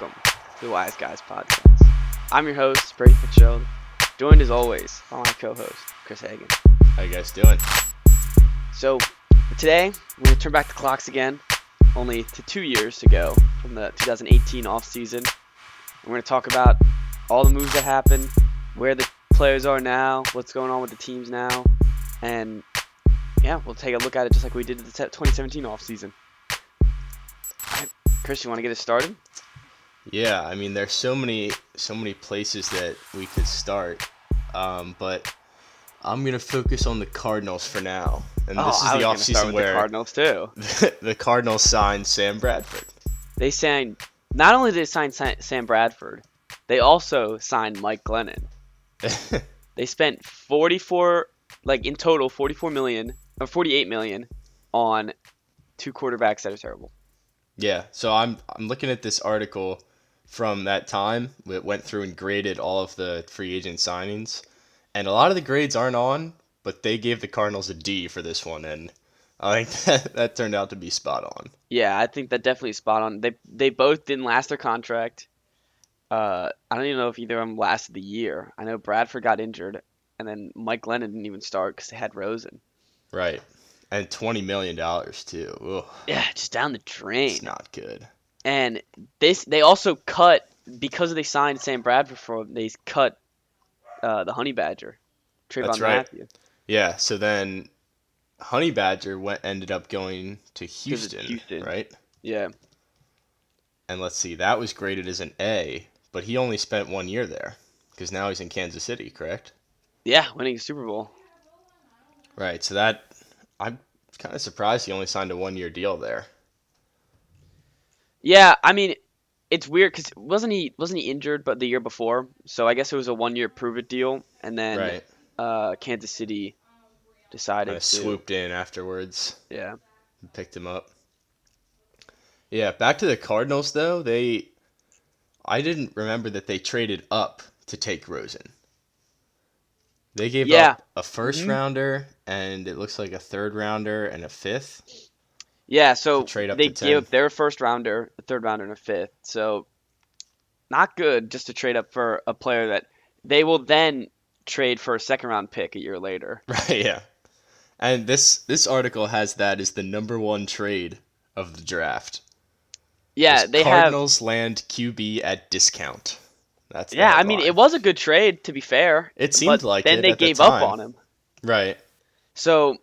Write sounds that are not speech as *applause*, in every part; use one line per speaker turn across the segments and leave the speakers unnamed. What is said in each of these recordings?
to the Wise Guys Podcast. I'm your host, Brady Fitzgerald, joined as always by my co-host, Chris Hagan.
How you guys doing?
So today we're gonna turn back the clocks again, only to two years ago from the 2018 offseason. And we're gonna talk about all the moves that happened, where the players are now, what's going on with the teams now, and yeah, we'll take a look at it just like we did the 2017 offseason. All right, Chris, you want to get us started?
Yeah, I mean, there's so many, so many places that we could start, um, but I'm gonna focus on the Cardinals for now. And this
Oh, I was gonna
is the
start
offseason
with
where
the Cardinals too.
*laughs* the Cardinals signed Sam Bradford.
They signed. Not only did they sign Sa- Sam Bradford, they also signed Mike
*laughs*
Glennon. They spent 44, like in total, 44 million or 48 million on two quarterbacks that are terrible.
yeah, so I'm I'm looking at this article from that time. It went through and graded all of the free agent signings, and a lot of the grades aren't on, but they gave the Cardinals a D for this one, and I think *laughs* that, that turned out to be spot on.
Yeah, I think that definitely is spot on. They they both didn't last their contract. Uh, I don't even know if either of them lasted the year. I know Bradford got injured, and then Mike Glennon didn't even start because they had Rosen.
Right. And twenty million dollars too. Ugh,
Yeah, just down the drain.
it's not good.
And this they also cut because they signed Sam Bradford for him, they cut uh, the Honey Badger, Trayvon
That's right.
Matthews.
Yeah. So then, Honey Badger went ended up going to
it's
Houston,
Houston.
right?
Yeah.
And let's see, that was graded as an A, but he only spent one year there because now he's in Kansas City, correct?
Yeah, winning a Super Bowl.
Right. So that I'm kind of surprised he only signed a one year deal there.
Yeah, I mean, it's weird because wasn't he wasn't he injured but the year before? So I guess it was a one year prove it deal, and then
right.
uh, Kansas City decided
Kind
to
of swooped in afterwards.
yeah
picked him up. Yeah, back to the Cardinals though. They, I didn't remember that they traded up to take Rosen. They gave
Yeah.
up a 1st
Mhm.
rounder and it looks like a third rounder and a fifth. *laughs*
yeah. So
To trade up
they
to
gave
10.
up their first rounder, a third rounder, and a fifth. So not good just to trade up for a player that they will then trade for a second round pick a year later.
Right, yeah. And this this article has that as the number one trade of the draft.
Yeah,
Is
they have.
Cardinals land QB at discount. That's the
Yeah, I mean,
headline.
it was a good trade to be fair.
It seemed
but
like
then
it
they
at the
gave up
time.
on him.
right.
So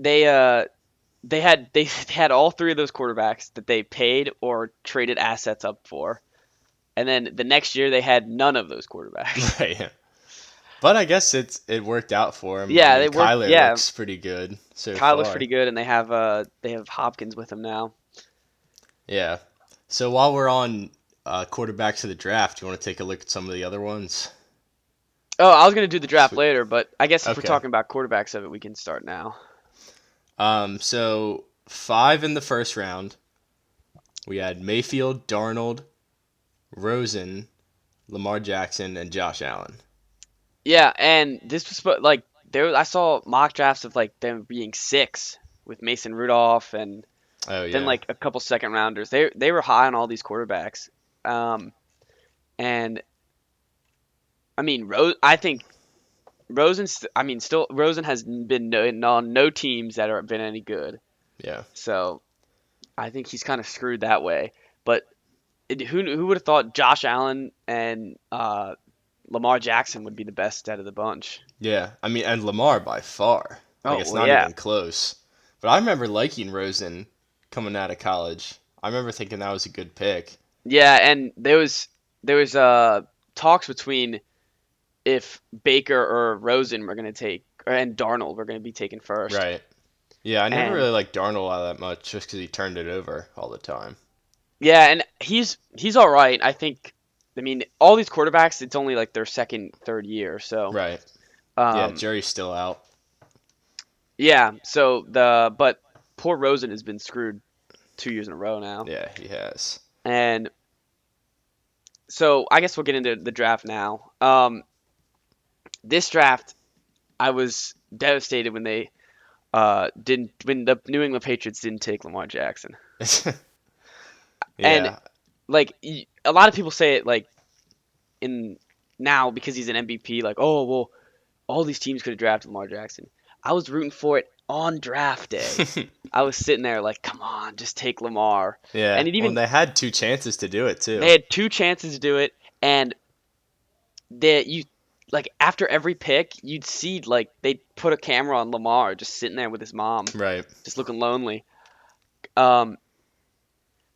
they uh they had they *laughs* had all three of those quarterbacks that they paid or traded assets up for. And then the next year they had none of those quarterbacks.
*laughs* Right. yeah. But I guess it's it worked out for him.
Yeah,
I mean,
it worked-
Kyler
yeah.
looks pretty good. So
Kyle looks
far.
pretty good and they have uh they have Hopkins with him now.
Yeah. So while we're on uh, quarterbacks of the draft, you want to take a look at some of the other ones?
Oh, I was gonna do the draft
Sweet.
later, but I guess if we're
Okay.
talking about quarterbacks of it, we can start now.
Um, so five in the first round, we had Mayfield, Darnold, Rosen, Lamar Jackson, and Josh Allen.
Yeah, and this was spo- like there I saw mock drafts of like them being six with Mason Rudolph and
Oh yeah.
then like a couple second rounders. They they were high on all these quarterbacks, um, and I mean, Rose. I think Rosen. St- I mean, still Rosen has n- been no, no no teams that have been any good.
yeah.
So I think he's kind of screwed that way. But it, who kn- who would have thought Josh Allen and uh, Lamar Jackson would be the best out of the bunch?
Yeah, I mean, and Lamar by far.
Oh,
Like, it's
well,
not
yeah.
even close. But I remember liking Rosen coming out of college. I remember thinking that was a good pick.
Yeah, and there was there was uh talks between if Baker or Rosen were gonna take or, and Darnold were gonna be taken first.
Right. Yeah, I never
And-
really liked Darnold all that much just because he turned it over all the time.
Yeah, and he's he's all right. I think. I mean, all these quarterbacks, it's only like their second, third year. So
Right. yeah,
Oh. um,
Jerry's still out.
yeah. So the but poor Rosen has been screwed two years in a row now.
Yeah, he has. *laughs*
And so I guess we'll get into the draft now. Um, this draft, I was devastated when they uh, didn't when the New England Patriots didn't take Lamar Jackson.
yeah. *laughs*
And- Like y- a lot of people say it like in now because he's an MVP, like, oh well, all these teams could have drafted Lamar Jackson. I was rooting for it on draft day. I was sitting there like, come on, just take Lamar.
yeah.
And
And
it even-
they had two chances to do it too.
They had two chances to do it, and that you like after every pick, you'd see like they put a camera on Lamar just sitting there with his mom,
right.
just looking lonely. Um,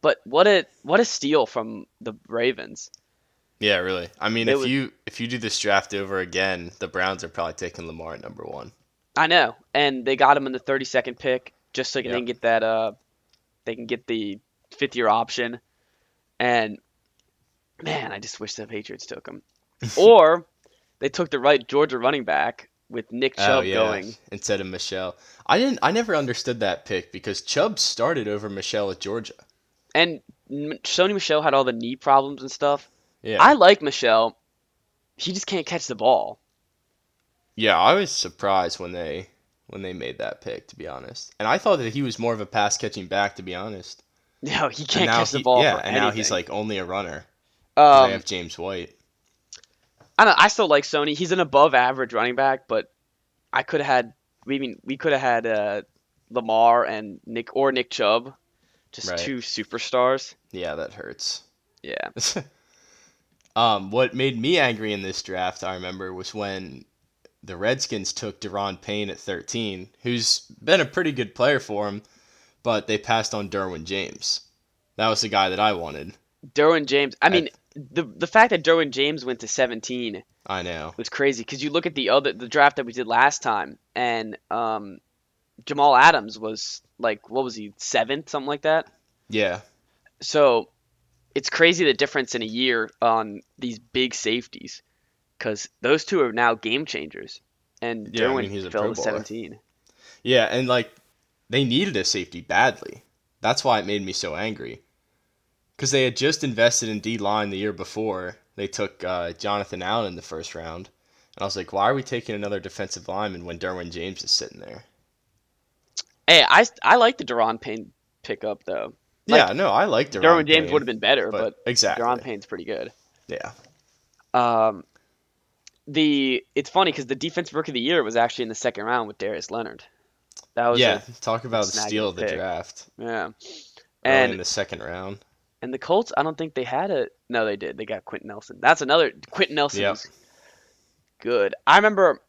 but what a what a steal from the Ravens.
Yeah, really. I mean,
They
if
would-
you if you do this draft over again, the Browns are probably taking Lamar at number one.
I know, and they got him in the 32nd pick just so they
Yeah.
can get that. Uh, they can get the fifth year option, and man, I just wish the Patriots took
*laughs*
him. or they took the right Georgia running back with Nick
Oh,
Chubb going.
instead of Michelle. I didn't. I never understood that pick because Chubb started over Michelle at Georgia.
And M- Sony Michelle had all the knee problems and stuff.
Yeah,
I like Michelle. He just can't catch the ball. *laughs*
yeah. I was surprised when they when they made that pick, to be honest. And I thought that he was more of a pass catching back, to be honest.
No, he
And
can't
now
catch the
he-
ball.
Yeah,
for
and now he's
anything.
like only a runner. 'cause
Um,
they have James White.
I don't. I still like Sony. He's an above average running back, but I could have had. We mean we could have had uh, Lamar and Nick or Nick Chubb, just
Right.
two superstars.
Yeah, that hurts.
Yeah.
um, what made me angry in this draft, I remember, was when the Redskins took Deron Payne at 13, who's been a pretty good player for him, but they passed on Derwin James. That was the guy that I wanted.
Derwin James. I mean, the the fact that Derwin James went to 17
I know.
was crazy because you look at the other the draft that we did last time, and um, Jamal Adams was like what was he seventh something like that.
Yeah.
So it's crazy the difference in a year on these big safeties because those two are now game changers. And
Yeah, I
Derwin
mean, he's a
fell
Pro
to
Bowler.
17.
Yeah, and like they needed a safety badly. That's why it made me so angry. Because they had just invested in D line the year before. They took uh, Jonathan Allen in the first round. And I was like, why are we taking another defensive lineman when Derwin James is sitting there?
Hey, I, I like the Deron Payne pickup, though. Like,
yeah, no, I like Derwin,
Derwin James would have been better, but,
but, exactly.
Deron Payne's pretty good.
Yeah,
Um, the It's funny because the Defensive Rookie of the Year was actually in the second round with Darius Leonard. That was
yeah.
a-
Talk about the
snagging
steal of the
pick.
draft
yeah.
early
And
in the second round.
*laughs* And the Colts, I don't think they had a. No, they did. They got Quentin Nelson. That's another Quentin Nelson.
Yep.
was Good. I remember.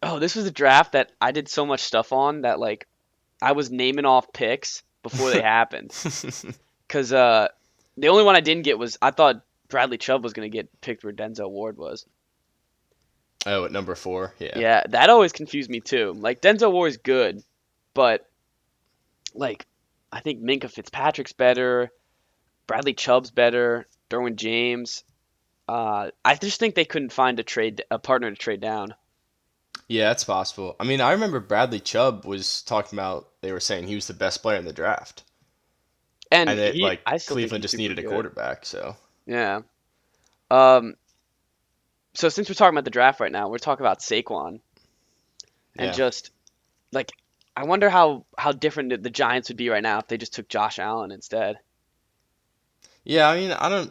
Oh, this was a draft that I did so much stuff on that like, I was naming off picks before they happened. Cause uh, the only one I didn't get was I thought Bradley Chubb was gonna get picked where Denzel Ward was.
oh, at number four.
Yeah,
Yeah.
that always confused me too. Like Denzel Ward is good, but like I think Minka Fitzpatrick's better, Bradley Chubb's better, Derwin James. Uh, I just think they couldn't find a trade a partner to trade down.
Yeah, it's possible. I mean, I remember Bradley Chubb was talking about. They were saying he was the best player in the draft,
And,
and, that
he-
like
I still think
Cleveland
he's
just
super
needed a
good.
quarterback. So
Yeah. Um. So since we're talking about the draft right now, we're talking about Saquon, and
Yeah.
just like I wonder how how different the- the Giants would be right now if they just took Josh Allen instead.
yeah, I mean, I don't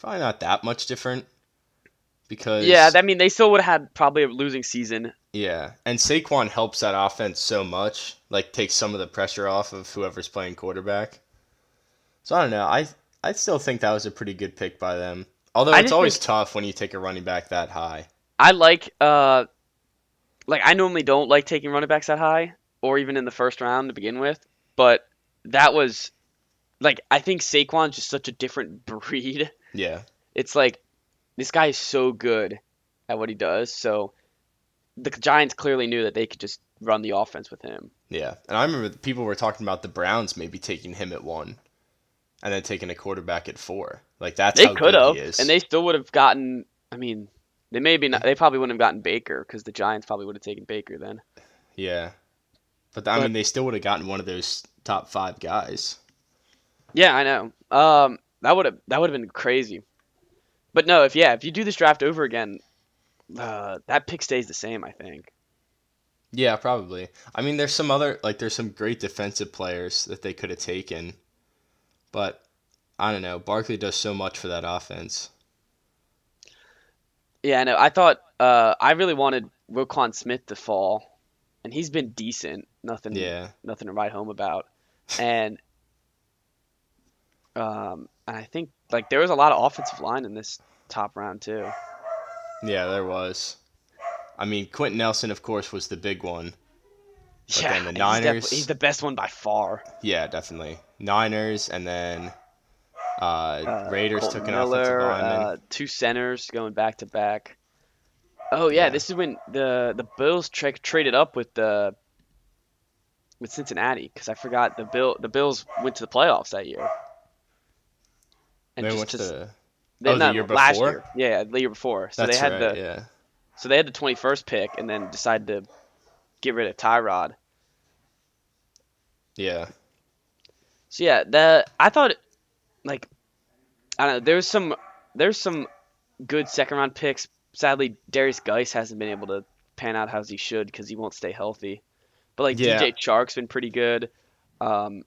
probably not that much different because
Yeah, I mean, they still would have had probably a losing season.
yeah, and Saquon helps that offense so much, like takes some of the pressure off of whoever's playing quarterback. So I don't know. I I still think that was a pretty good pick by them. Although
I
it's
just
always tough when you take a running back that high.
I like, uh, like I normally don't like taking running backs that high or even in the first round to begin with, but that was, like, I think Saquon's just such a different *laughs* breed.
Yeah.
It's like this guy is so good at what he does, so the Giants clearly knew that they could just run the offense with him.
Yeah, and I remember the people were talking about the Browns maybe taking him at one, and then taking a quarterback at four. Like that's
They
how
could
good
have,
he is.
and they still would have gotten. I mean, they maybe not. They probably wouldn't have gotten Baker because the Giants probably would have taken Baker then.
yeah, but I
But-
mean they still would have gotten one of those top five guys.
Yeah, I know. Um, that would have that would have been crazy. But no, if yeah, if you do this draft over again, uh, that pick stays the same, I think.
Yeah, probably. I mean, there's some other like there's some great defensive players that they could have taken, but I don't know. Barkley does so much for that offense.
Yeah, I know. I thought uh, I really wanted Roquan Smith to fall, and he's been decent. Nothing,
Yeah.
nothing to write home about. And um, and I think like there was a lot of offensive line in this top round too.
Yeah, there was. I mean, Quentin Nelson, of course, was the big one. But
yeah,
then the
and he's definitely-
Niners-
he's the best one by far.
Yeah, definitely. Niners, and then uh,
Uh,
Raiders
Colton
took an offensive lineman.
uh, two centers going back to back. Oh yeah,
Yeah.
this is when the the Bills tra- traded up with the with Cincinnati because I forgot the Bill the Bills went to the playoffs that year.
they
just
went
to-
to the,
they-
oh, the
not-
year
last
before?
year. yeah, the year before. So
That's
they had
right.
the
yeah.
so they had the twenty first pick and then decided to get rid of Tyrod.
Yeah.
So yeah, the I thought like I don't know, there's some there's some good second round picks. Sadly, Darius Geis hasn't been able to pan out as he should because he won't stay healthy. But like
Yeah.
DJ Chark's been pretty good. Um,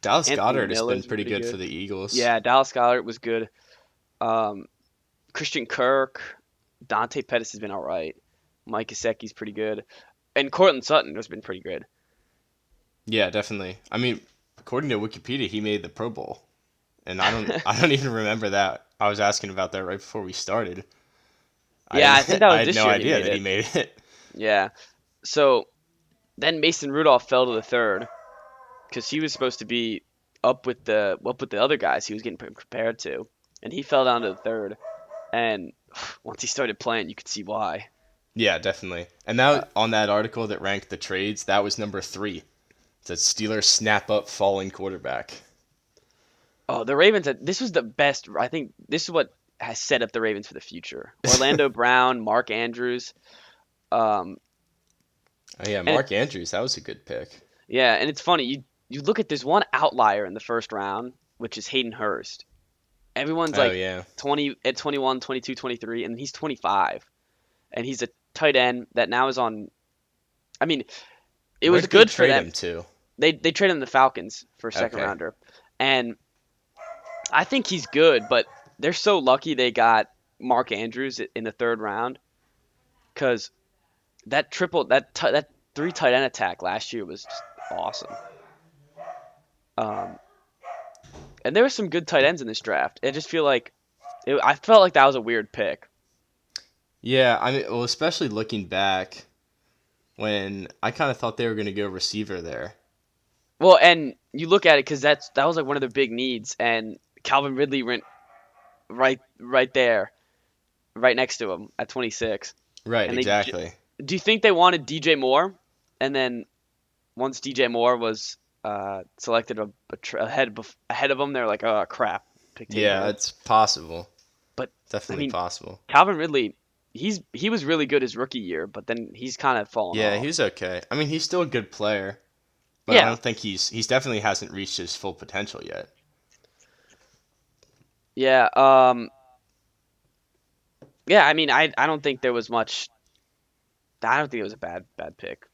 Dallas
Anthony
Goddard has
Miller's
been pretty good for the Eagles.
yeah, Dallas Goddard was good. Um, Christian Kirk, Dante Pettis has been all right. Mike Gesicki's pretty good, and Cortland Sutton has been pretty good.
Yeah, definitely. I mean, according to Wikipedia, he made the Pro Bowl. And
*laughs*
I don't I don't even remember that. I was asking about that right before we started.
Yeah, I
didn't-
think that was
had
this
no
year he
idea
made
that
it.
he made it. *laughs*
Yeah. So then Mason Rudolph fell to the third because he was supposed to be up with the up with the other guys he was getting compared to, and he fell down to the third. And *sighs* once he started playing, you could see why.
Yeah, definitely. And now
Uh,
on that article that ranked the trades, that was number three. It said Steelers snap up falling quarterback.
Oh, the Ravens! This was the best. I think this is what has set up the Ravens for the future. Orlando Brown, Mark Andrews. Um,
Oh yeah, Mark Andrews, that was a good pick.
yeah, and it's funny. You you look at there's one outlier in the first round, which is Hayden Hurst. Everyone's
oh
like,
yeah.
20 at 21, 22, 23, and he's 25. And he's a tight end that now is on. I mean, it
Where
was
did they
good for
trade
them.
him to.
They they traded him to the Falcons for a second
Okay.
rounder, and I think he's good. But they're so lucky they got Mark Andrews in the third round, because that triple that ti- that three tight end attack last year was just awesome. Um, and there were some good tight ends in this draft. I just feel like it, I felt like that was a weird pick.
Yeah, I mean, well, especially looking back, when I kind of thought they were going to go receiver there.
Well, and you look at it because that's that was like one of their big needs, and Calvin Ridley went right right there, right next to him at 26.
Right,
And they ju-
exactly.
Do you think they wanted DJ Moore? And then once DJ Moore was uh, selected a, a tr- ahead bef- ahead of him, they're like, oh crap, picked him
yeah,
there."
it's possible.
But,
definitely
mean,
possible.
Calvin Ridley, he's he was really good his rookie year, but then he's kind of fallen
Yeah,
off.
he was okay. I mean, he's still a good player, but
Yeah.
I don't think he's he's definitely hasn't reached his full potential yet.
Yeah. Um. Yeah. I mean, I I don't think there was much. I don't think it was a bad bad pick.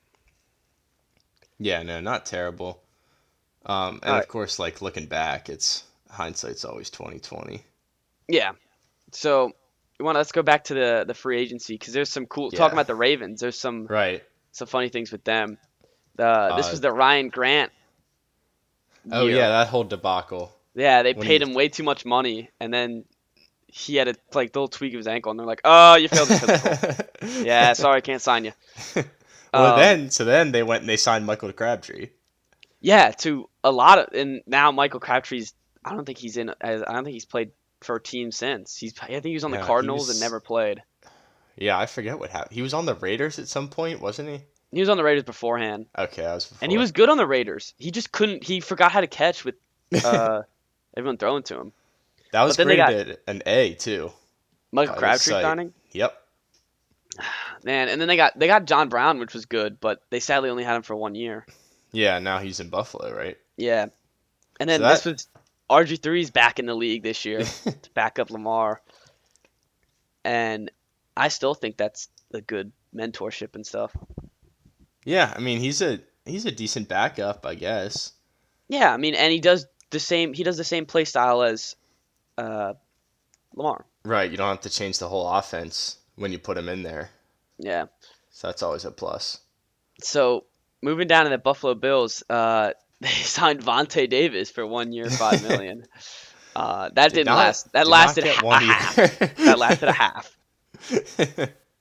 Yeah, no, not terrible. Um, and
All
of
right.
course, like looking back, it's hindsight's always twenty twenty.
Yeah. So, you want to let's go back to the the free agency because there's some cool
Yeah.
talking about the Ravens. There's some
Right.
some funny things with them. Uh, this
Uh,
was the Ryan Grant.
Oh
year.
yeah, that whole debacle.
Yeah, they
When
paid
he-
him way too much money, and then he had a like little tweak of his ankle, and they're like, "Oh, you failed the
*laughs*
physical." yeah, sorry, can't sign you.
Well,
Um,
then so then they went and they signed Michael Crabtree.
Yeah, to a lot of, and now Michael Crabtree's. I don't think he's in. I don't think he's played for a team since. He's. I think he was on
No,
the
he
Cardinals
was-
and never played.
Yeah, I forget what happened. He was on the Raiders at some point, wasn't he?
He was on the Raiders beforehand,
Okay, I was. Before.
and he was good on the Raiders. He just couldn't. He forgot how to catch with uh, everyone throwing to him.
that was
but then they
graded at an A too.
Michael
By the
Crabtree
sight.
signing,
Yep.
man, and then they got they got John Brown, which was good, but they sadly only had him for one year.
Yeah, now he's in Buffalo, right?
Yeah, and then
So
this
that-
was RG 3s back in the league this
*laughs*
year to back up Lamar, and I still think that's a good mentorship and stuff.
Yeah, I mean he's a he's a decent backup, I guess.
Yeah, I mean, and he does the same. He does the same play style as uh, Lamar.
Right, you don't have to change the whole offense when you put him in there.
Yeah.
So that's always a plus.
So moving down to the Buffalo Bills, uh, *laughs* they signed Vontae Davis for one year,
*laughs*
five million. uh, that did not last. That
did not
lasted
get
half.
one e- either.
*laughs* that
*laughs*
lasted a half.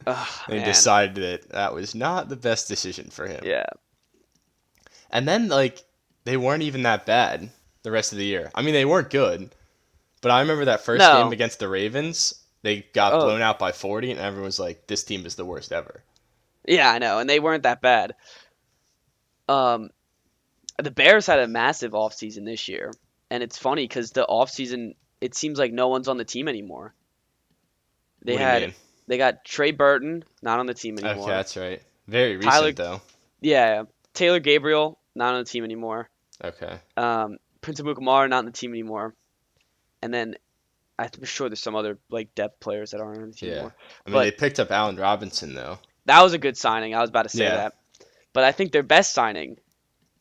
Ugh,
They
man.
decided that that was not the best decision for him.
Yeah.
And then like they weren't even that bad the rest of the year. I mean, they weren't good, but I remember that first
No.
game against the Ravens. They got
Oh.
blown out by 40, and everyone was like, "This team is the worst ever."
Yeah, I know, and they weren't that bad. Um, the Bears had a massive offseason this year, and it's funny because the offseason it seems like no one's on the team anymore. They
What do you
had
mean?
they got Trey Burton not on the team anymore.
Okay, that's right. Very recent
Tyler-
though.
Yeah, Taylor Gabriel not on the team anymore.
Okay.
Um, Prince of Mukamara not on the team anymore, and then I'm sure there's some other like depth players that aren't on the team
Yeah.
anymore.
I mean,
But-
they picked up Allen Robinson though. *laughs*
That was a good signing. I was about to say
Yeah.
that. But I think their best signing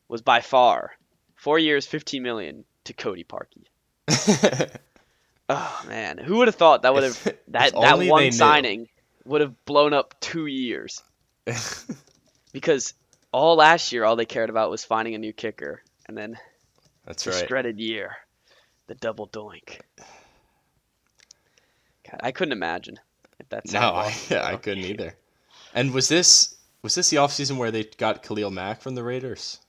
was by far four years, fifteen million to Cody Parkey. Oh man, who would have thought that would have
*laughs* If-
that
if
that
only they
one
knew.
signing would have blown up two
*laughs*
years because all last year all they cared about was finding a new kicker and then
That's
the
right.
shredded year, the double doink. God, I couldn't imagine if that's
No,
how it
I,
was,
*laughs* yeah, I
so.
couldn't either. And was this was this the offseason where they got Khalil Mack from the Raiders?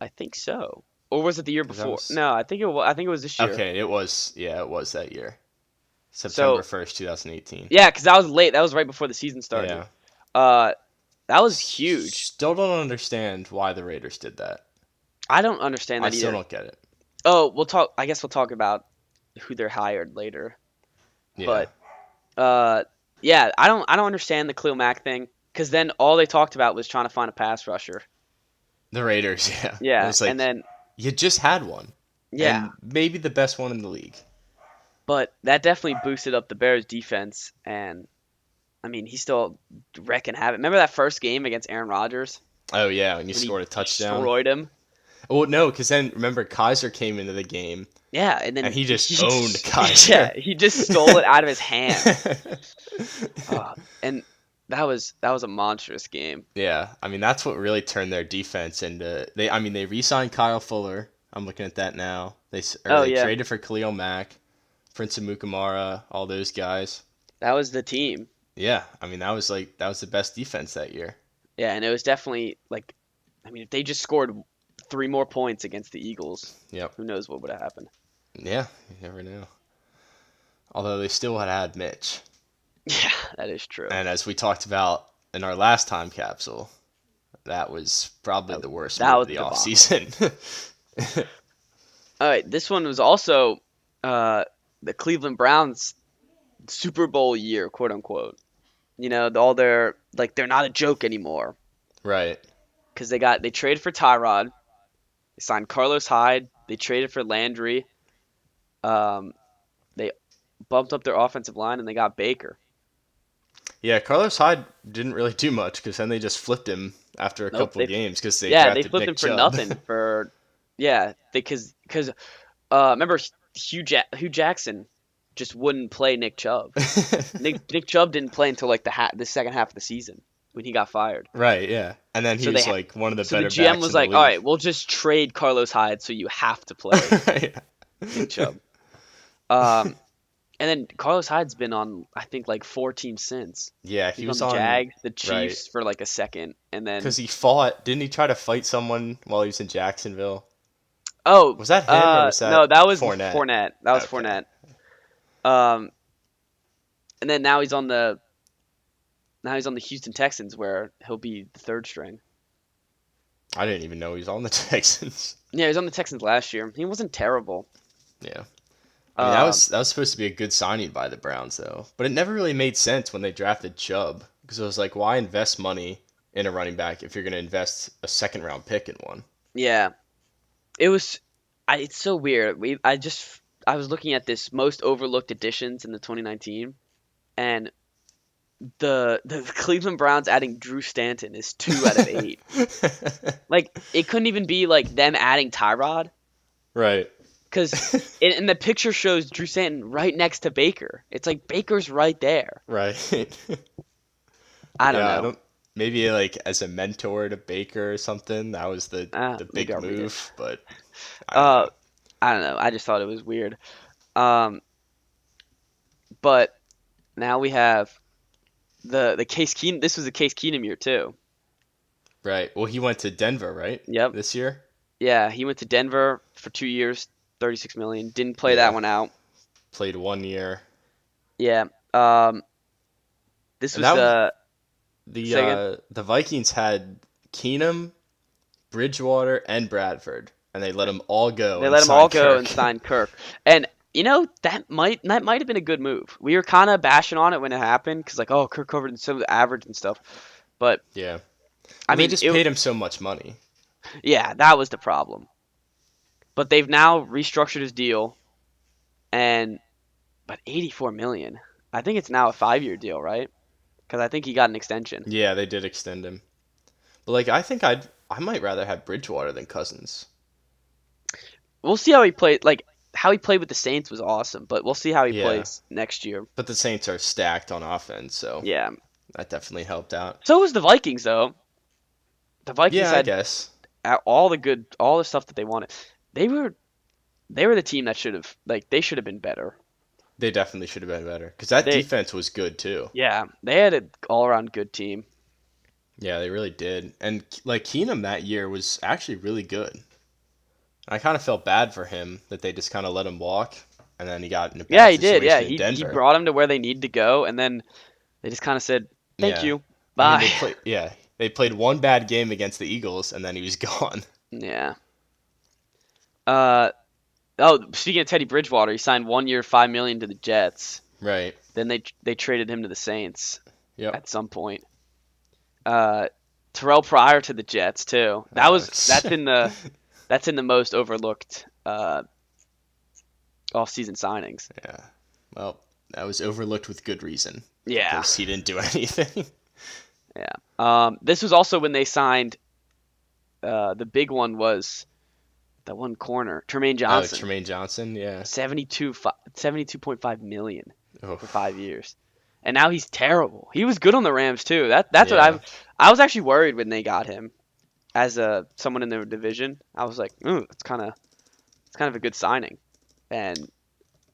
I think so. Or was it the year
'Cause that
before?
was-
No, I think it was. I think it was this year.
Okay, it was. Yeah, it was that year, September first, two thousand eighteen.
Yeah, because that was late. That was right before the season started. Uh, that was huge.
Still don't understand why the Raiders did that.
I don't understand
I
that
still
either.
don't get it.
Oh, we'll talk. I guess we'll talk about who they're hired later.
Yeah.
But- Uh, yeah, I don't. I don't understand the Cleo Mack thing because then all they talked about was trying to find a pass rusher.
the Raiders, *laughs* yeah.
Yeah,
It's like
and then
you just had one.
yeah,
And maybe the best one in the league.
but that definitely boosted up the Bears' defense, and I mean he's still wrecking havoc. Remember that first game against Aaron Rodgers?
Oh yeah, and
When
you
he
scored a touchdown.
Destroyed him.
Well, no, because then remember Kaiser came into the game.
Yeah, and then
And he
*laughs*
just owned *laughs* Kaiser.
Yeah, he just stole it out of his hand.
*laughs*
Uh, and that was that was a monstrous game.
Yeah, I mean that's what really turned their defense into they. I mean they re-signed Kyle Fuller. I'm looking at that now. They s- or
Oh,
they
yeah.
traded for Khalil Mack, Prince of Mukamara, all those guys.
That was the team.
Yeah, I mean that was like that was the best defense that year.
Yeah, and it was definitely like, I mean, if they just scored three more points against the Eagles,
Yep.
who knows what would have happened? *laughs*
Yeah, you never knew. Although they still had had Mitch,
Yeah, that is true.
and as we talked about in our last time capsule, that was probably the worst
that was
move of the
the bomb.
off season.
All right, this one was also uh, the Cleveland Browns Super Bowl year, quote unquote. You know, all their like they're not a joke anymore
*laughs* right.
because they got they traded for Tyrod, they signed Carlos Hyde, they traded for Landry, um, they bumped up their offensive line and they got Baker.
Yeah, Carlos Hyde didn't really do much because then they just flipped him after a
Nope,
couple of
they-
games because they
yeah, they
drafted
flipped
Nick
him for
Chubb.
nothing for yeah, because because uh, remember Hugh ja- Hugh Jackson just wouldn't play Nick
*laughs*
Chubb. Nick Nick Chubb didn't play until like the ha- the second half of the season when he got fired.
right, yeah, and then he
So they
was
ha-
like one of the
So the
better.
GM
backs in
was
the
like,
league.
"All right, we'll just trade Carlos Hyde, so you have to play
*laughs* Yeah.
Nick Chubb." Um, and then Carlos Hyde's been on I think like four teams since.
Yeah,
He,
he was
on
on
the Jags, the Chiefs
right.
for like a second, and then
because he fought. Didn't he try to fight someone while he was in Jacksonville?
Oh,
Was that him or
uh,
was that
no? That was
Fournette?
Fournette. That was
Okay.
Fournette. Um, and then now he's on the now he's on the Houston Texans where he'll be the third string.
I didn't even know he was on the *laughs* Texans.
Yeah, he was on the Texans last year. He wasn't terrible.
yeah. I mean, that
Um,
was that was supposed to be a good signing by the Browns though, but it never really made sense when they drafted Chubb because it was like, why invest money in a running back if you're going to invest a second round pick in one? *laughs*
Yeah, it was. I, it's so weird. We I just I was looking at this most overlooked additions in the 2019, and the the Cleveland Browns adding Drew Stanton is two out of eight. like it couldn't even be like them adding Tyrod
right.
because and the picture shows Drew Stanton right next to Baker. It's like Baker's right *laughs* there.
Right.
I don't
Yeah,
know.
maybe like as a mentor to Baker or something. That was the
Ah,
the
maybe
big
I'll read it.
move, but I don't
Uh,
know.
I don't know. I just thought it was weird. Um, but now we have the the Case Keenum. This was a Case Keenum year too.
right. Well, he went to Denver, right?
Yep.
This year.
Yeah, he went to Denver for two years, thirty six million. Didn't play
Yeah.
that one out.
Played one year.
Yeah. Um, this
And
was
that was-
uh,
The
Say again?
uh, the Vikings had Keenum, Bridgewater, and Bradford, and they let them all go.
they
and
let them all
signed
go and
Kirk.
sign Kirk. And you know that might that might have been a good move. We were kind of bashing on it when it happened because like oh Kirk covered so average and stuff. But
Yeah. Well,
I
they
mean,
just
it-
paid him so much money.
Yeah, that was the problem. But they've now restructured his deal, and but 84 million. I think it's now a five-year deal, right? Because I think he got an extension.
Yeah, they did extend him. But like, I think I'd I might rather have Bridgewater than Cousins.
We'll see how he played. Like how he played with the Saints was awesome, but we'll see how he
Yeah.
plays next year.
But the Saints are stacked on offense, so
Yeah.
that definitely helped out.
So was the Vikings though. The Vikings
yeah, I
had
guess.
a- all the good, all the stuff that they wanted. They were, they were the team that should have like they should have been better.
They definitely should have been better because that
They-
defense was good too.
Yeah, they had an all-around good team.
Yeah, they really did. And like Keenum that year was actually really good. I kind of felt bad for him that they just kind of let him walk, and then he got in a bad
Yeah, he did. Yeah,
situation in
he, he
Denver.
brought him to where they needed to go, and then they just kind of said, "Thank
Yeah.
you,
I
bye."
mean, they play- yeah, they played one bad game against the Eagles, and then he was *laughs* gone.
*laughs* yeah. Uh, oh, speaking of Teddy Bridgewater, he signed one year, five million to the Jets.
Right.
Then they they traded him to the Saints
Yep.
at some point. Uh, Terrell Pryor to the Jets too. That was
Alex.
that's in
*laughs*
the that's in the most overlooked uh off-season signings.
Yeah. Well, that was overlooked with good reason
Yeah.
because he didn't do *laughs* anything.
Um, this was also when they signed. Uh, the big one was that one corner, Tremaine
Oh,
Johnson,
Tremaine Johnson. Yeah.
72, fi- 72.5 million
Oh,
for five years, and now he's terrible. He was good on the Rams too. That that's what
Yeah.
I'm. I was actually worried when they got him as a someone in their division. I was like, ooh, it's kind of, it's kind of a good signing, and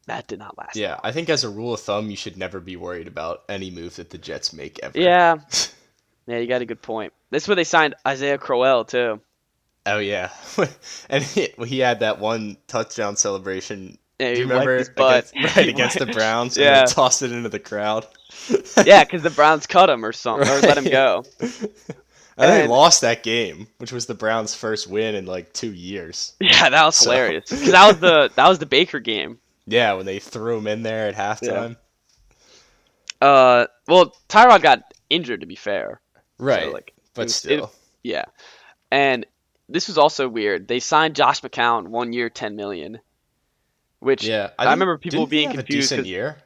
that did not last.
yeah. I think as a rule of thumb, you should never be worried about any move that the Jets make ever. *laughs*
Yeah. Yeah, you got a good point. This is where they signed Isaiah Crowell too.
Oh yeah, *laughs* and he, he had that one touchdown celebration.
Yeah,
Do you
he wiped
remember
his butt.
against, *laughs*
He
right against the
wiped-
Browns?
Yeah.
and then tossed it into the crowd.
yeah, because the Browns cut him or something, or let him
Right.
go.
*laughs* and they
and-
lost that game, which was the Browns' first win in like two years.
Yeah, that was
So-
hilarious. 'Cause that was
*laughs*
the that was the Baker game.
Yeah, when they threw him in there at halftime.
Uh, well, Tyrod got injured to be fair.
Right,
So, like, it
but
was- it-
still,
yeah, and this was also weird. They signed Josh McCown one year, ten million, which
yeah.
I,
think-
remember people
didn't he
being
have
confused.
A decent
'cause
year,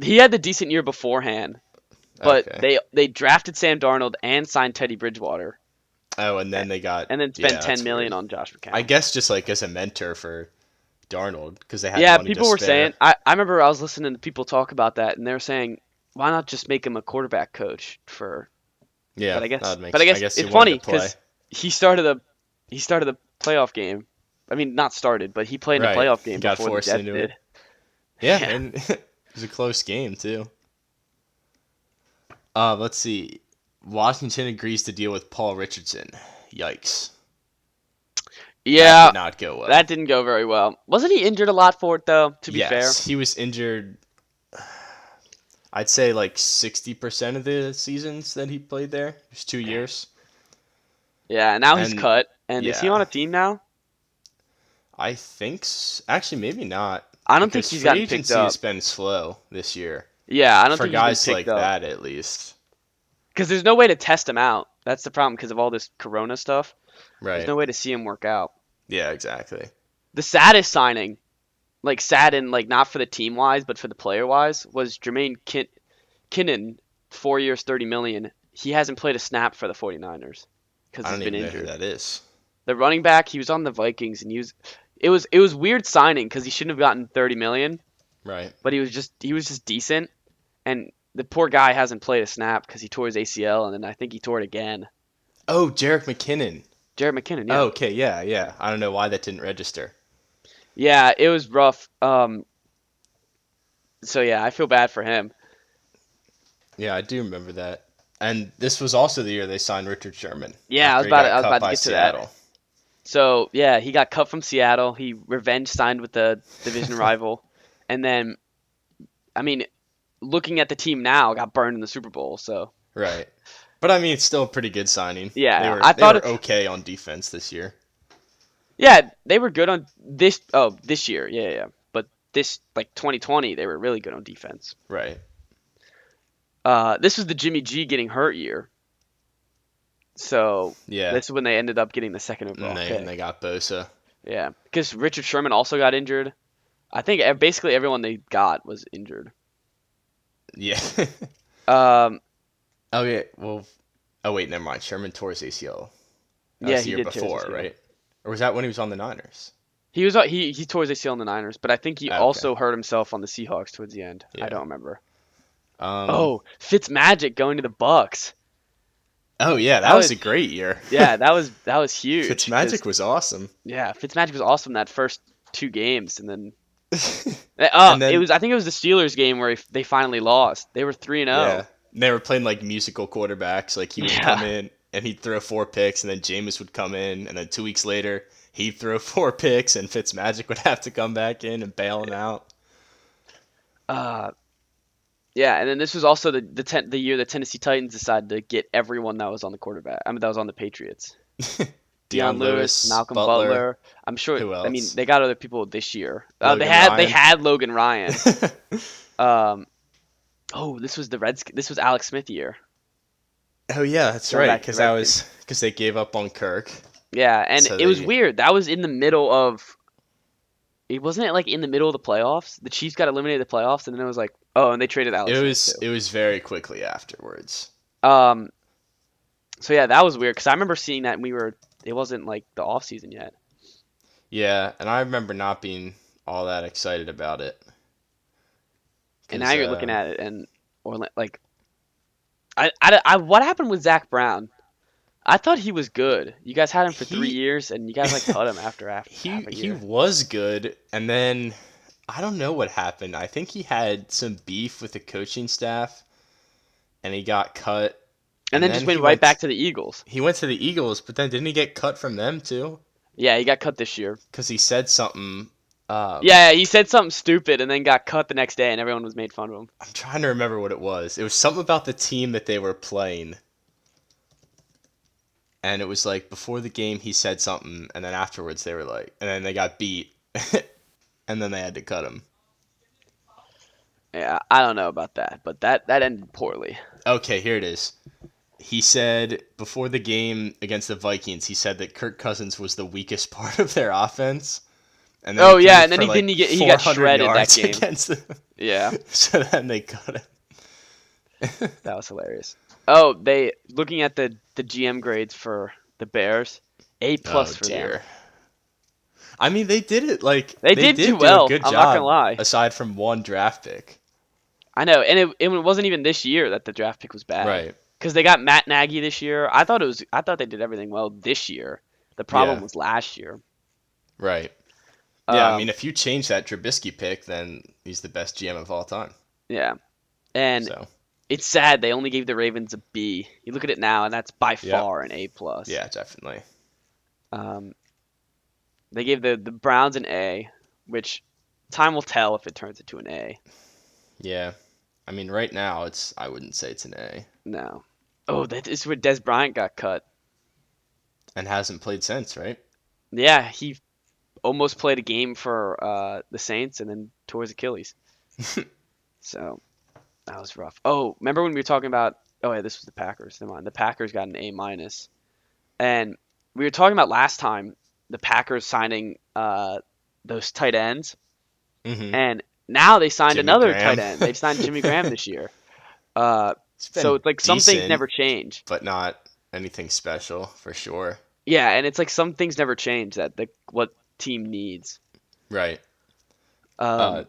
He had the decent year beforehand, but
Okay.
they they drafted Sam Darnold and signed Teddy Bridgewater,
oh, and then they got
and then
yeah,
spent
that's
ten million
weird.
on Josh McCown.
I guess just like as a mentor for Darnold because they had
yeah,
money to
people were
spare.
saying. I, I remember I was listening to people talk about that, and they were saying, "Why not just make him a quarterback coach?" For
Yeah,
but I guess-
that would make
but I
s-
guess
he
it's
wanted
funny
to play.
'cause he started the he started the playoff game. I mean, not started, but he played in
Right.
the playoff game
He got
before
forced
the Jets
into it.
did.
Yeah,
Yeah.
*laughs* and it was a close game too. Uh, let's see. Washington agrees to deal with Paul Richardson. Yikes. that
Yeah,
did not go well.
that didn't go very well. Wasn't he injured a lot for it though? To be
yes, he was injured. *sighs* I'd say like sixty percent of the seasons that he played there. It was two years.
fair, yeah. and Now he's
And-
cut, and is he
yeah.
on a team now?
I think. s- Actually, maybe not.
I don't think
because
he's
free
gotten picked
agency
up.
has been slow this year
Yeah, I don't
for
think
guys
he's been
like
picked up
that at least.
because there's no way to test him out. That's the problem because of all this Corona stuff.
Right.
There's no way to see him work out.
yeah. Exactly.
the saddest signing, like sad and like not for the team wise, but for the player wise, was Jermaine Kin- Kinnan, four years, thirty million. He hasn't played a snap for the 49ers because
I
he's
don't
been
even know
injured.
who that is.
The running back, he was on the Vikings, and he was. It was it was weird signing because he shouldn't have gotten thirty million,
Right.
but he was just he was just decent, and the poor guy hasn't played a snap because he tore his ACL, and then I think he tore it again.
Oh, Jarek McKinnon. Oh,
Jared McKinnon. Yeah.
okay, yeah, yeah. I don't know why that didn't register.
Yeah, it was rough. Um. So yeah, I feel bad for him.
Yeah, I do remember that. And this was also the year they signed Richard Sherman.
Yeah, I was
after he
about to-
got
I was
cut
about to
by
get to that.
Seattle.
So yeah, he got cut from Seattle. He revenge signed with the
*laughs*
division rival, and then, I mean, looking at the team now, got burned in the Super Bowl. So
Right. But I mean, it's still a pretty good signing.
Yeah,
they were,
I
they
thought
were
it-
okay on defense this year.
yeah, they were good on this. Oh, this year, yeah, yeah. But this like 2020, they were really good on defense.
Right.
Uh, this was the Jimmy G getting hurt year. So
Yeah.
this oh, is when they ended up getting the second
and,
overall
they,
pick.
and they got Bosa.
Yeah, because Richard Sherman also got injured. I think ev- basically everyone they got was injured.
Yeah. *laughs*
Um,
oh yeah. Well. Oh wait, never mind. Sherman tore his ACL. That
yeah,
was the
he
year
did tear his
before,
ACL.
right? Or was that when he was on the Niners?
He was uh, he he tore his ACL in the Niners, but I think he
Okay.
also hurt himself on the Seahawks towards the end.
Yeah.
I don't remember.
Um,
oh, Fitzmagic going to the Bucks.
Oh yeah, that,
That
was,
was-
a great year.
Yeah, that was that was huge.
Fitzmagic
'cause-
was awesome.
Yeah, Fitzmagic was awesome that first two games, and
*laughs*
then. Uh,
And then-
it was. I think it was the Steelers game where he, they finally lost. They were three and oh.
Yeah.
zero.
And they were playing like musical quarterbacks. Like he would
Yeah.
come in and he'd throw four picks, and then Jameis would come in, and then two weeks later he'd throw *laughs* four picks, and Fitzmagic would have to come back in and bail him out.
Uh, yeah, and then this was also the the ten, the year the Tennessee Titans decided to get everyone that was on the quarterback. I mean, that was on the Patriots.
Deion
Deion Lewis, Malcolm Butler. I'm sure.
Who
I mean,
else?
they got other people this year. Uh, they
Logan
had they
Ryan.
had Logan
*laughs*
Ryan. um, oh, this was the Reds. This was Alex Smith year.
oh yeah, that's
Going
right.
back to
Because
the
I
Redskins.
was because they gave up on Kirk.
Yeah, and
So
it was
they-
weird. That was in the middle of. It wasn't it like in the middle of the playoffs. The Chiefs got eliminated the playoffs, and then it was like, oh, and they traded Alex.
It
Smith,
was
too.
it was very quickly afterwards.
Um, so yeah, that was weird because I remember seeing that and we were. It wasn't like the off season yet.
Yeah, and I remember not being all that excited about it.
and
'Cause,
now you're looking
uh,
at it and or li- like I, I, I what happened with Zach Brown? I thought he was good. You guys had him for three
He-
years, and you guys like cut him after after
he
half a
he
year.
was good and then i don't know what happened i think he had some beef with the coaching staff and he got cut
and then, just went
he
right back to the Eagles.
he went to the eagles but then didn't he get cut from them too
Yeah, he got cut this year.
because he said something um,
Yeah, he said something stupid and then got cut the next day, and everyone was made fun of him.
i'm trying to remember what it was it was something about the team that they were playing and it was like before the game he said something and then afterwards they were like and then they got beat *laughs* and then they had to cut him
Yeah, I don't know about that, but that that ended poorly.
Okay, here it is. He said before the game against the Vikings, he said that Kirk Cousins was the weakest *laughs* part of their offense. And
Oh,
threw
yeah, and then
for,
he didn't- he get- he got
400
shredded that
yards *laughs*
game.
Against them.
Yeah,
so then they cut him.
that was hilarious. Oh, they looking at the the GM grades for the Bears, A
Oh,
plus for them.
I mean, they did it like
They did do well, I'm not gonna lie.
Aside from one draft pick,
I know, and it, it wasn't even this year that the draft pick was bad.
right?
Because they got Matt Nagy this year. I thought it was. I thought they did everything well this year. The problem
Yeah.
was last year.
Right. Yeah, I
Um,
mean, if you change that Trubisky pick, then he's the best GM of all time.
Yeah, and
so
it's sad they only gave the Ravens a B. You look at it now, and that's by
Yeah.
far an A plus.
yeah, definitely.
Um, they gave the the Browns an A, which time will tell if it turns into an A.
Yeah. I mean, right now it's I wouldn't say it's an A
No. Oh, that is where Des Bryant got cut.
and hasn't played since, right?
Yeah, he almost played a game for uh, the Saints and then tore his
*laughs*
Achilles. so that was rough. Oh, remember when we were talking about? Oh yeah, this was the Packers. Never mind. The Packers got an A minus, and we were talking about last time the Packers signing uh, those tight ends,
Mm-hmm.
and now they signed
Jimmy
another
Graham. *laughs*
tight end. They signed Jimmy Graham this year. Uh,
It's been
so it's like some things
decent,
never change.
but not anything special for sure.
Yeah, and it's like some things never change that the what team needs.
Right.
Um,
Uh,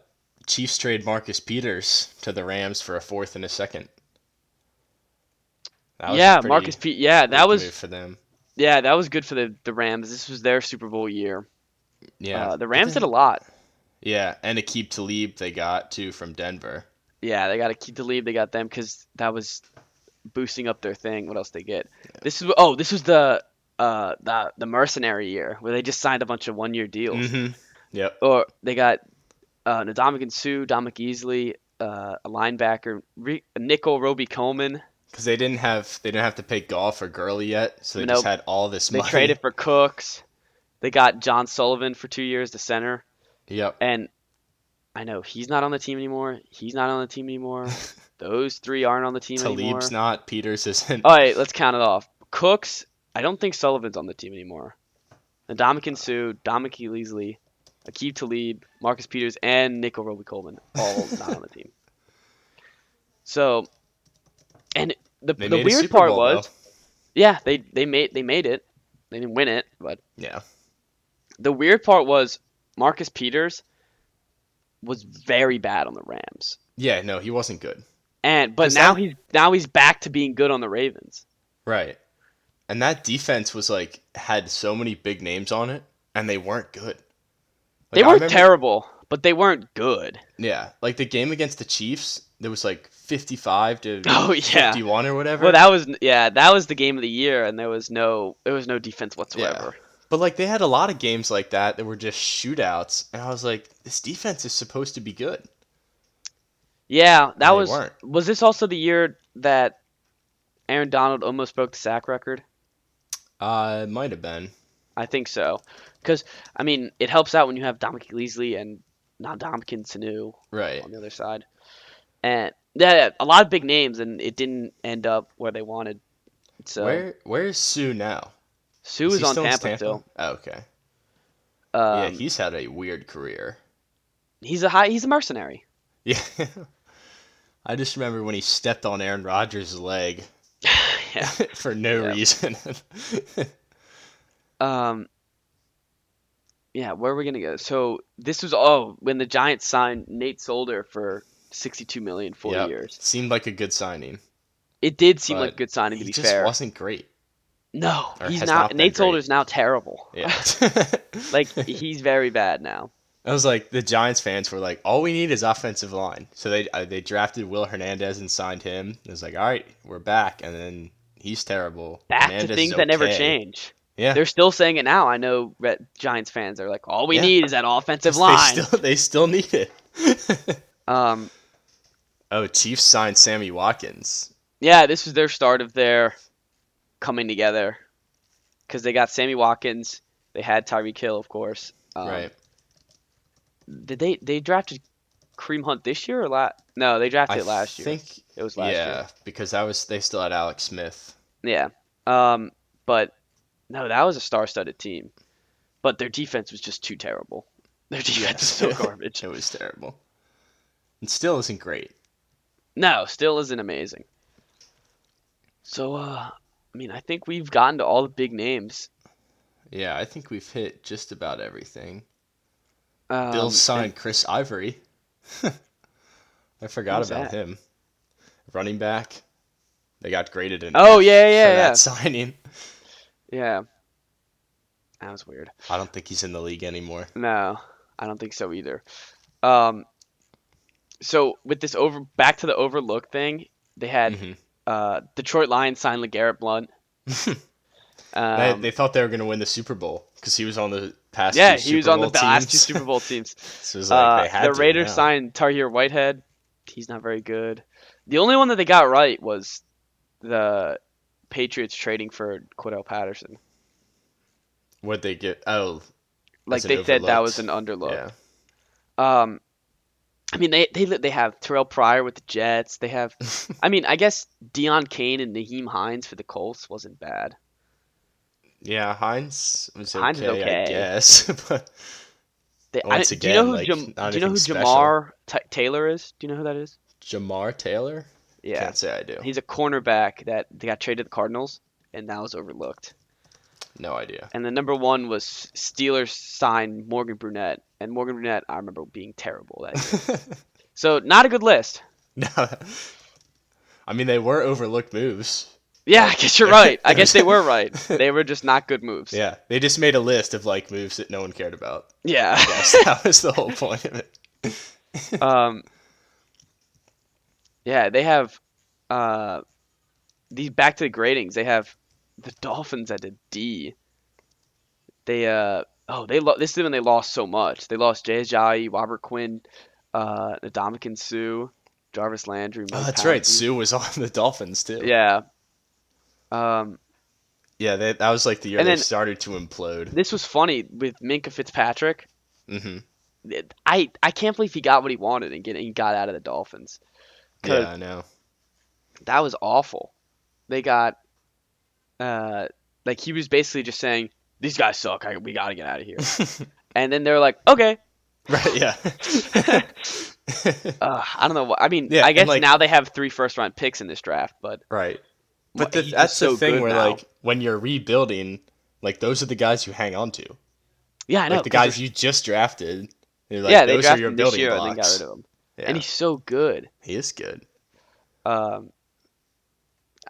Chiefs trade Marcus Peters to the Rams for a fourth and a second. That was a
yeah,
pretty
Marcus Pete. Yeah,
big
that was
move for them.
yeah, that was good for the the Rams. This was their Super Bowl year.
Yeah,
Uh, the Rams did a lot.
yeah, and Akib Talib they got too from Denver.
Yeah, they got to keep the lead. They got them because that was boosting up their thing. What else they get? This is oh, this was the uh the the mercenary year where they just signed a bunch of one year deals.
Mm-hmm. Yep.
Or they got uh, Ndamukong Sue, Dominic Easley, uh, a linebacker, Re- Nickel, Roby Coleman.
Because they didn't have they didn't have to pay golf or Gurley yet, so they
Nope.
just had all this
They
money.
traded for Cooks. They got John Sullivan for two years, the center.
*laughs* Yep.
And I know he's not on the team anymore. He's not on the team
*laughs*
anymore. Those three aren't on the team anymore. Oh,
Talib's not. Peters isn't.
All right, let's count it off. Cooks, I don't think Sullivan's on the team anymore. Ndamukong Sue, Dominic Leasley, Akib Talib, Marcus Peters, and Nickel Roby Coleman
*laughs*
all not on the team. So, and the,
They
the
made a
weird
Super
part
Bowl,
was,
though.
yeah, they they made they made it. They didn't win it, but
Yeah.
the weird part was Marcus Peters was very bad on the Rams,
Yeah. No, he wasn't good.
and but
'Cause
now
that-
he's now he's back to being good on the Ravens.
Right. And that defense was like had so many big names on it, and they weren't good.
They
Like, I
weren't
remember-
terrible, but they weren't good.
Yeah, like the game against the Chiefs, there was like fifty-five to
*laughs* Oh, yeah.
fifty-one or whatever.
Well, that was yeah, that was the game of the year, and there was no there was no defense whatsoever.
But like they had a lot of games like that that were just shootouts, and I was like, this defense is supposed to be good.
Yeah, that
They
was
weren't.
was this also the year that Aaron Donald almost broke the sack record?
Uh, it might have been.
I think so, because I mean it helps out when you have Dominic Leasley and not Dominic Sanu
Right.
on the other side, and yeah, a lot of big names, and it didn't end up where they wanted. So
Where Where is Sue now?
Sue
Is
is
he
on
still in
Tampa, still.
Oh, okay.
Um,
yeah, he's had a weird career.
he's a high, he's a mercenary. *laughs*
Yeah. *laughs* I just remember when he stepped on Aaron Rodgers' leg *laughs*
yeah.
for no
Yeah.
reason. *laughs*
Um, yeah, where are we gonna go? So this was oh when the Giants signed Nate Solder for sixty-two million four
Yep.
years.
Seemed like a good signing.
It did seem like
But
a good signing to
He
be
just
fair.
wasn't great.
no,
or
he's
has
now
not been
Nate
great.
Solder's now terrible.
Yeah.
*laughs*
*laughs*
Like he's very bad now.
I was like, the Giants fans were like, all we need is offensive line. So they uh, they drafted Will Hernandez and signed him. It was like, all right, we're back. And then he's terrible.
Back
Hernandez
to
is
things that never
okay.
change.
Yeah. *laughs*
They're still saying it now. I know Red Giants fans are like, all we
Yeah.
need is that offensive
They
line.
still, they still need it.
Um,
oh, Chiefs signed Sammy Watkins.
yeah, this was their start of their coming together because they got Sammy Watkins. They had Tyreek Hill, of course. Um,
right.
Did they they drafted Cream Hunt this year or last? No, they drafted it last year.
think,
it was last
yeah, because that was they still had Alex Smith.
year. Yeah. Um, but no, that was a star-studded team, but their defense was just too terrible. Their defense is
*laughs*
so
Yes.
garbage.
It was terrible. And still isn't great.
No, still isn't amazing. So, uh, I mean, I think we've gotten to all the big names.
Yeah, I think we've hit just about everything.
Um,
Bill
and-
signed Chris Ivory. *laughs* I forgot
Who's
about
that?
him. Running back. They got graded in
Oh,
F
yeah,
for
yeah,
that
yeah.
signing.
Yeah. That was weird.
I don't think he's in the league anymore.
No, I don't think so either. Um, so with this over back to the overlook thing, they had
Mhm.
uh, Detroit Lions sign LeGarrette
*laughs*
Blunt.
they,
um,
they thought they were going to win the Super Bowl because he was on the past
yeah,
two
he was
Super
on the
Bowl teams.
last two Super Bowl teams.
*laughs* so it was like
Uh,
they had
the
to
Raiders
now.
signed Tahir Whitehead. He's not very good. The only one that they got right was the Patriots trading for Cordell Patterson.
What they get? Oh,
Like
it
they said, that
overlooked?
was an underlook.
yeah.
Um, I mean, they they they have Terrell Pryor with the Jets. They
*laughs*
have, I mean, I guess Dion Kane and Naheem Hines for the Colts wasn't bad.
Yeah, Heinz was okay,
Hines is
I
okay.
guess. *laughs* but
They, I,
Once
don't- do you know
again,
who
like,
Jam,
not
do you know who
anything special.
Jamar Ta Taylor is? Do you know who that is?
Jamar Taylor?
Yeah.
Can't say I do.
He's a cornerback that they got traded to the Cardinals, and that was overlooked.
No idea. *laughs*
And the number one was Steelers signed Morgan Brunette, and Morgan Brunette I remember being terrible. That year. so not a good list.
no. I mean, they were overlooked moves.
Yeah, I guess you're right. I guess they were
*laughs*
right. They were just not good moves.
Yeah. They just made a list of like moves that no one cared about. *laughs*
Yeah.
Yes, that was the whole point of
*laughs*
it.
um, yeah, they have uh, these back to the gradings. They have the Dolphins at a D. They uh oh they lo- this is when they lost so much. They lost Jay Ajayi, Robert Quinn, uh, Ndamukong Sue, Jarvis Landry. Mo
Oh, that's right.
Pouncey.
Sue was on the Dolphins too.
Yeah. Um,
Yeah. They, that was like the year
And
they
then-
started to implode.
this was funny with Minka Fitzpatrick.
hmm
I I can't believe he got what he wanted and get and got out of the Dolphins. 'Cause
Yeah, I know. *laughs*
that was awful. They got, uh, like he was basically just saying these guys suck. I, we gotta get out of
*laughs*
here. and then they're like, okay, *laughs*
Right. Yeah.
uh, I don't know. What, I mean,
Yeah,
I
and,
guess
like-
now they have three first round picks in this draft, but
right. But
wha-
the,
he's
that's
so
the thing
good
where
now.
like when you're rebuilding, like those are the guys you hang on to.
yeah, I know
Like the
'cause
guys you just drafted. They're
they're-
like,
yeah, they
those
drafted
are your
him this
building
year
blocks.
and then got rid of him,
Yeah,
and he's so good.
he is good.
Um,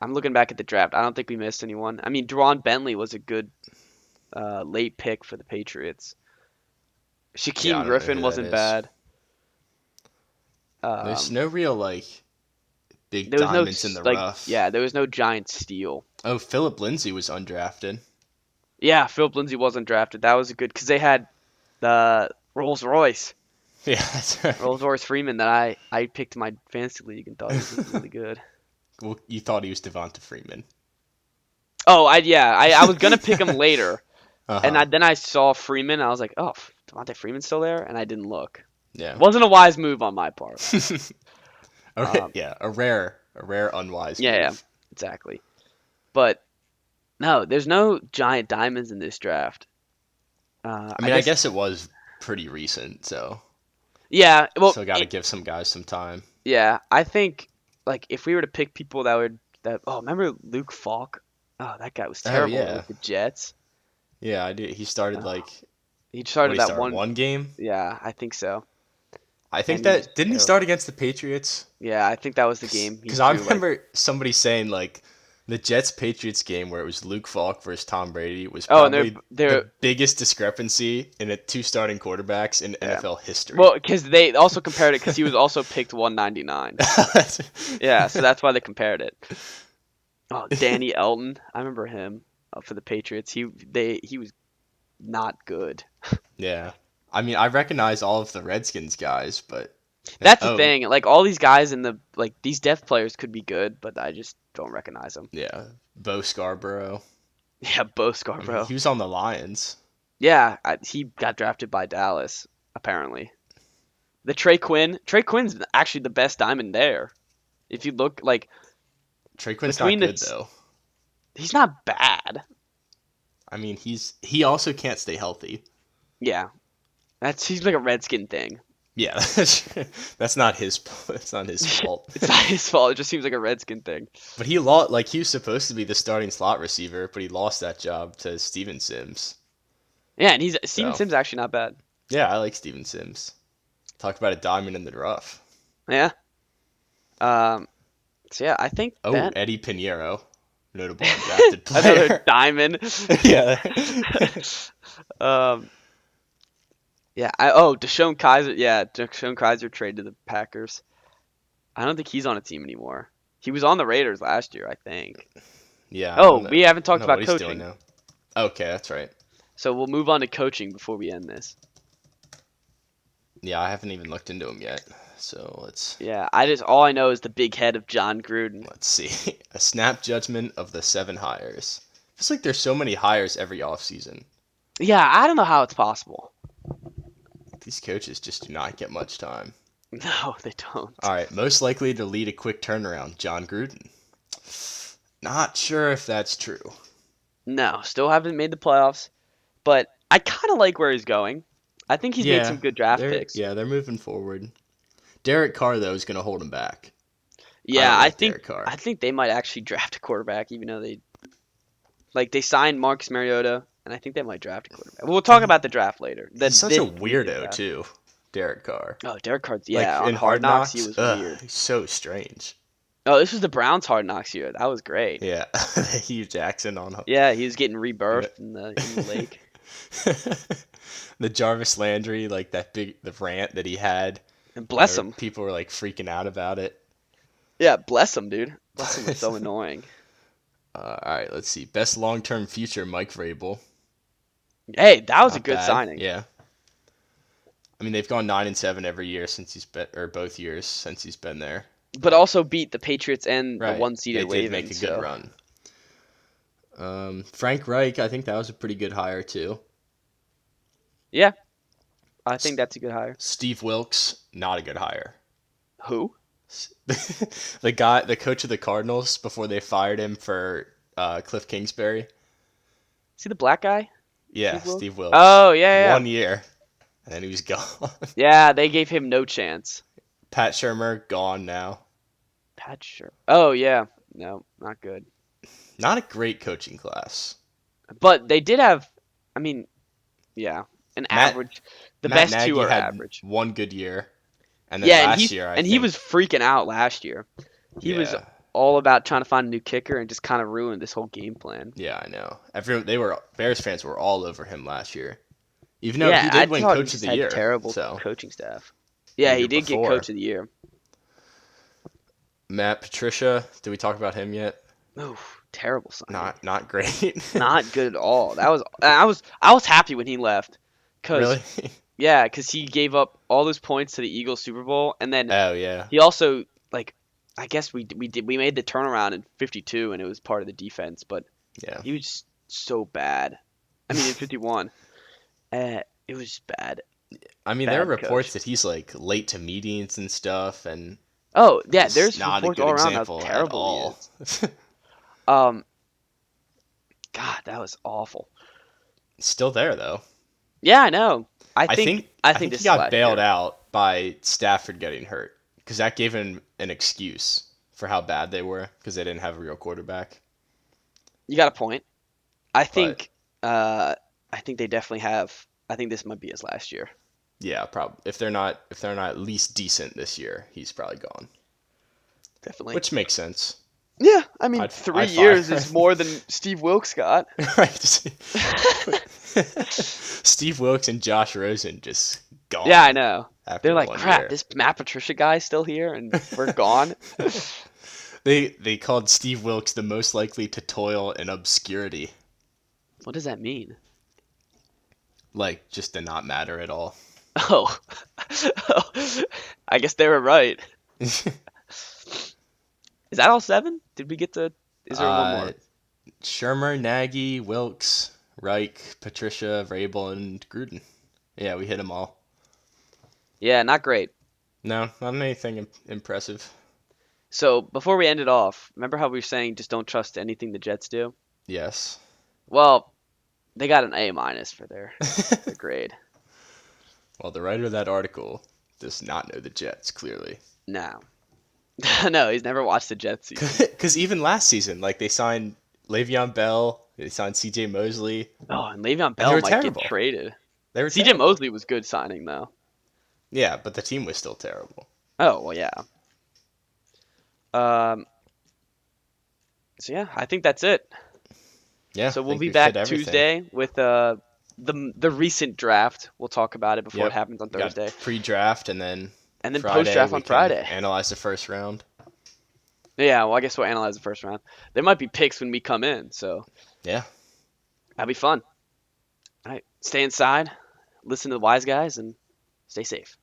I'm looking back at the draft. I don't think we missed anyone. I mean, Deron Bentley was a good uh, late pick for the Patriots. Shaquem
Yeah, I don't know
Griffin
who that
wasn't
is.
bad. Um,
There's no real like big
there was no
diamonds in the
like
rough.
yeah, there was no giant steal.
Oh, Philip Lindsay was undrafted. *laughs*
Yeah, Philip Lindsay wasn't drafted. That was a good because they had the Rolls Royce,
Yeah, that's right.
Rolls Royce Freeman that I I picked in my fantasy league and thought he was
*laughs*
really good.
Well, you thought he was Devonta Freeman.
Oh, I yeah, I, I was gonna pick him later.
uh
And I, then I saw Freeman. I was like, oh, Devontae Freeman's still there? And I didn't look.
yeah.
Wasn't a wise move on my
*laughs*
part.
A ra-
um,
yeah, a rare, a rare unwise.
Yeah, yeah.
move.
exactly. But no, there's no giant diamonds in this draft. Uh,
I mean, I guess, it was pretty recent, so
Yeah. Well,
so got to
it-
give some guys some time.
yeah. I think like if we were to pick people that would that oh remember Luke Falk? Oh, that guy was
Oh,
terrible
yeah.
with the Jets.
Yeah, I did. He started
Oh,
like
He
what,
started
he
that
started
one.
one game.
Yeah, I think so.
I think
And he was
that didn't he
terrible.
start against the Patriots?
Yeah, I think that was the game. he
Because I
threw, like-
remember somebody saying like the Jets Patriots game where it was Luke Falk versus Tom Brady was
Oh, and they're-
probably
they're-
uh, the biggest discrepancy in the two starting quarterbacks in
Yeah.
NFL history. *laughs*
well, because they also compared it because he was also picked 199. Yeah, so that's why they compared it. Oh, Danny Elton, I remember him uh, for the Patriots. He they he was not good.
yeah. I mean, I recognize all of the Redskins guys, but
That's the
oh,
thing. Like all these guys in the like these depth players could be good, but I just don't recognize them.
Yeah, Bo Scarborough.
*laughs* Yeah, Bo
I mean,
Scarborough.
He was on the Lions.
Yeah, I, he got drafted by Dallas apparently. The Trey Quinn, Trey Quinn's actually the best diamond there. If you look like
Trey Quinn's
Between
not
the
good
s-
though.
he's not bad.
I mean, he's he also can't stay healthy.
Yeah. That's he's like a redskin thing.
Yeah, *laughs* that's not his. *laughs* That's not
*laughs*
his fault.
It's not his fault. It just seems like a redskin thing.
But he lost. Like he was supposed to be the starting slot receiver, but he lost that job to Steven Sims.
Yeah, and he's Steven
So.
Sims actually not bad.
Yeah, I like Steven Sims. Talk about a diamond in the rough.
Yeah. Um. So yeah, I think
Oh,
that
Eddie Pinheiro,
*laughs*
notable drafted
another
player.
diamond. *laughs*
yeah,
um. Yeah. I oh Deshaun Kaiser. Yeah, Deshaun Kaiser traded to the Packers. I don't think he's on a team anymore. He was on the Raiders last year, I think.
yeah. I
Oh,
don't know-
we haven't talked
don't know
about
what he's doing
coaching,
now. Okay, that's right.
so we'll move on to coaching before we end this.
Yeah, I haven't even looked into him yet. So let's
Yeah, I just all I know is the big head of John Gruden.
let's see. *laughs* A snap judgment of the seven hires. It's like there's so many hires every offseason.
Yeah, I don't know how it's possible. *laughs*
These coaches just do not get much time.
No, they don't.
All right, most likely to lead a quick turnaround, John Gruden. Not sure if that's true.
No, still haven't made the playoffs, but I kind of like where he's going. I think he's made
Yeah,
some good draft
They're-
picks. Yeah.
Yeah, they're moving forward. Derek Carr though is going to hold him back.
Yeah, I,
like
think
Derek Carr.
I think they might actually *laughs* draft a quarterback, even though they like they signed Marcus Mariota, and I think they might draft a quarterback. We'll talk about the draft later. The,
He's such a
this-
weirdo
yeah.
too, Derek Carr.
Oh, Derek Carr's yeah.
like,
on
in
Hard Knocks, he was
ugh,
weird.
he's so strange.
Oh, this was the Browns Hard Knocks year. That was great.
Yeah, *laughs* Hugh Jackson on
Yeah, he was getting rebirthed in, the, in
*laughs*
the lake.
the Jarvis Landry, like that big the rant that he had.
And bless
where
him.
People were like freaking out about it.
Yeah, bless him, dude. Bless him was
*laughs*
so annoying.
Uh, all right, let's see. Best long term future, Mike Vrabel.
Hey, that was a
Not
good
bad.
signing.
Yeah. I mean, they've gone nine and seven every year since he's been, or both years since he's been there.
But also beat the Patriots and
Right.
the one seeded
they
Ravens.
did make a good
so-
run. Um, Frank Reich, I think that was a pretty good hire too.
I think that's a good hire.
Steve Wilkes, not a good hire. *laughs*
Who?
the guy, the coach of the Cardinals, before they fired him for uh, Cliff Kingsbury.
See the black guy?
Yeah,
Steve Wilks?
Steve Wilkes.
Oh yeah, yeah.
One year, and then he was *laughs* gone.
Yeah, they gave him no chance.
Pat Shermer gone now.
Pat sure. Oh yeah. No, not good.
Not a great coaching class.
But they did have I mean, yeah. An
Matt-
average the
Matt
best
Nagy
two are
had
average.
One good year, and then
Yeah,
last
and, he,
year, I
and he
think-
was freaking out last year. He was
Yeah.
all about trying to find a new kicker and just kind of ruined this whole game plan.
Yeah, I know. Everyone, they were Bears fans were all over him last year. Even though
yeah,
he
I
did win
thought he
Coach of
just
the
had
Year.
Terrible
So
coaching staff. Yeah,
year
he did
before.
get coach of the year.
Matt Patricia, did we talk about him yet?
Oh, terrible sign.
Not not great.
*laughs*
*laughs*
not good at all. That was I was I was happy when he left. Cause
really.
yeah, cause he gave up all those points to the Eagles Super Bowl, and then
Oh yeah.
he also like I guess we we did we made the turnaround in 52, and it was part of the defense, but
Yeah.
he was just so bad. I
*laughs*
mean, in 51, uh, it was just bad.
I mean, there are
bad coach.
reports that he's like late to meetings and stuff, and
Oh yeah,
it's
there's
not a
reports
good
all around how
example at
terrible he
all.
is. Um, God, that was awful.
Still there though.
Yeah, I know. I think I think,
I think,
this
he
is
got
last
bailed
year.
out by Stafford getting hurt because that gave him an excuse for how bad they were because they didn't have a real quarterback.
You got a point. I think uh, I think they definitely have. I think this might be his last year.
Yeah, probably. If they're not, if they're not at least decent this year, he's probably gone,
Definitely.
which makes sense. *laughs*
yeah, I mean,
I'd-
3
I'd
years
fire
is
him. *laughs*
more than Steve Wilkes got.
right? *laughs* Steve Wilkes and Josh Rosen just gone.
yeah, I know.
after
They're like,
one
crap,
year."
this Matt Patricia guy's still here, and
*laughs*
we're gone.
They they called Steve Wilkes the most likely to toil in obscurity,
what does that mean? *laughs*
like just to not matter at all.
Oh, *laughs* I guess they were right.
*laughs*
Is that all seven? Did we get to? Is there one
Uh,
more?
Shermer, Nagy, Wilkes, Reich, Patricia, Vrabel, and Gruden. Yeah, we hit them all.
Yeah, not great.
No, not anything im- impressive.
So before we end it off, remember how we were saying just don't trust anything the Jets do?
Yes.
Well, they got an A minus for
*laughs*
their, their grade.
Well, the writer of that article does not know the Jets, clearly. *laughs*
No, *laughs* no, he's never watched the Jets.
*laughs*
either.
Because even last season, like, they signed Le'Veon Bell, they signed CJ Mosley.
Oh, and Le'Veon Bell
were
might
terrible.
get traded.
They were
CJ
terrible.
Mosley was good signing though.
Yeah, but the team was still terrible.
Oh well, yeah. Um. So yeah, I think that's it.
Yeah.
So
I
we'll
think
be
we've
back
hit everything.
Tuesday with uh the the recent draft. We'll talk about it before
Yep.
it happens on
We got
Thursday,
Pre-draft and then
and then
Friday,
post draft
we
on
can
Friday.
Analyze the first round.
Yeah, well, I guess we'll analyze the first round. There might be picks when we come in, so
Yeah.
that'll be fun. All right, stay inside, listen to the wise guys, and stay safe.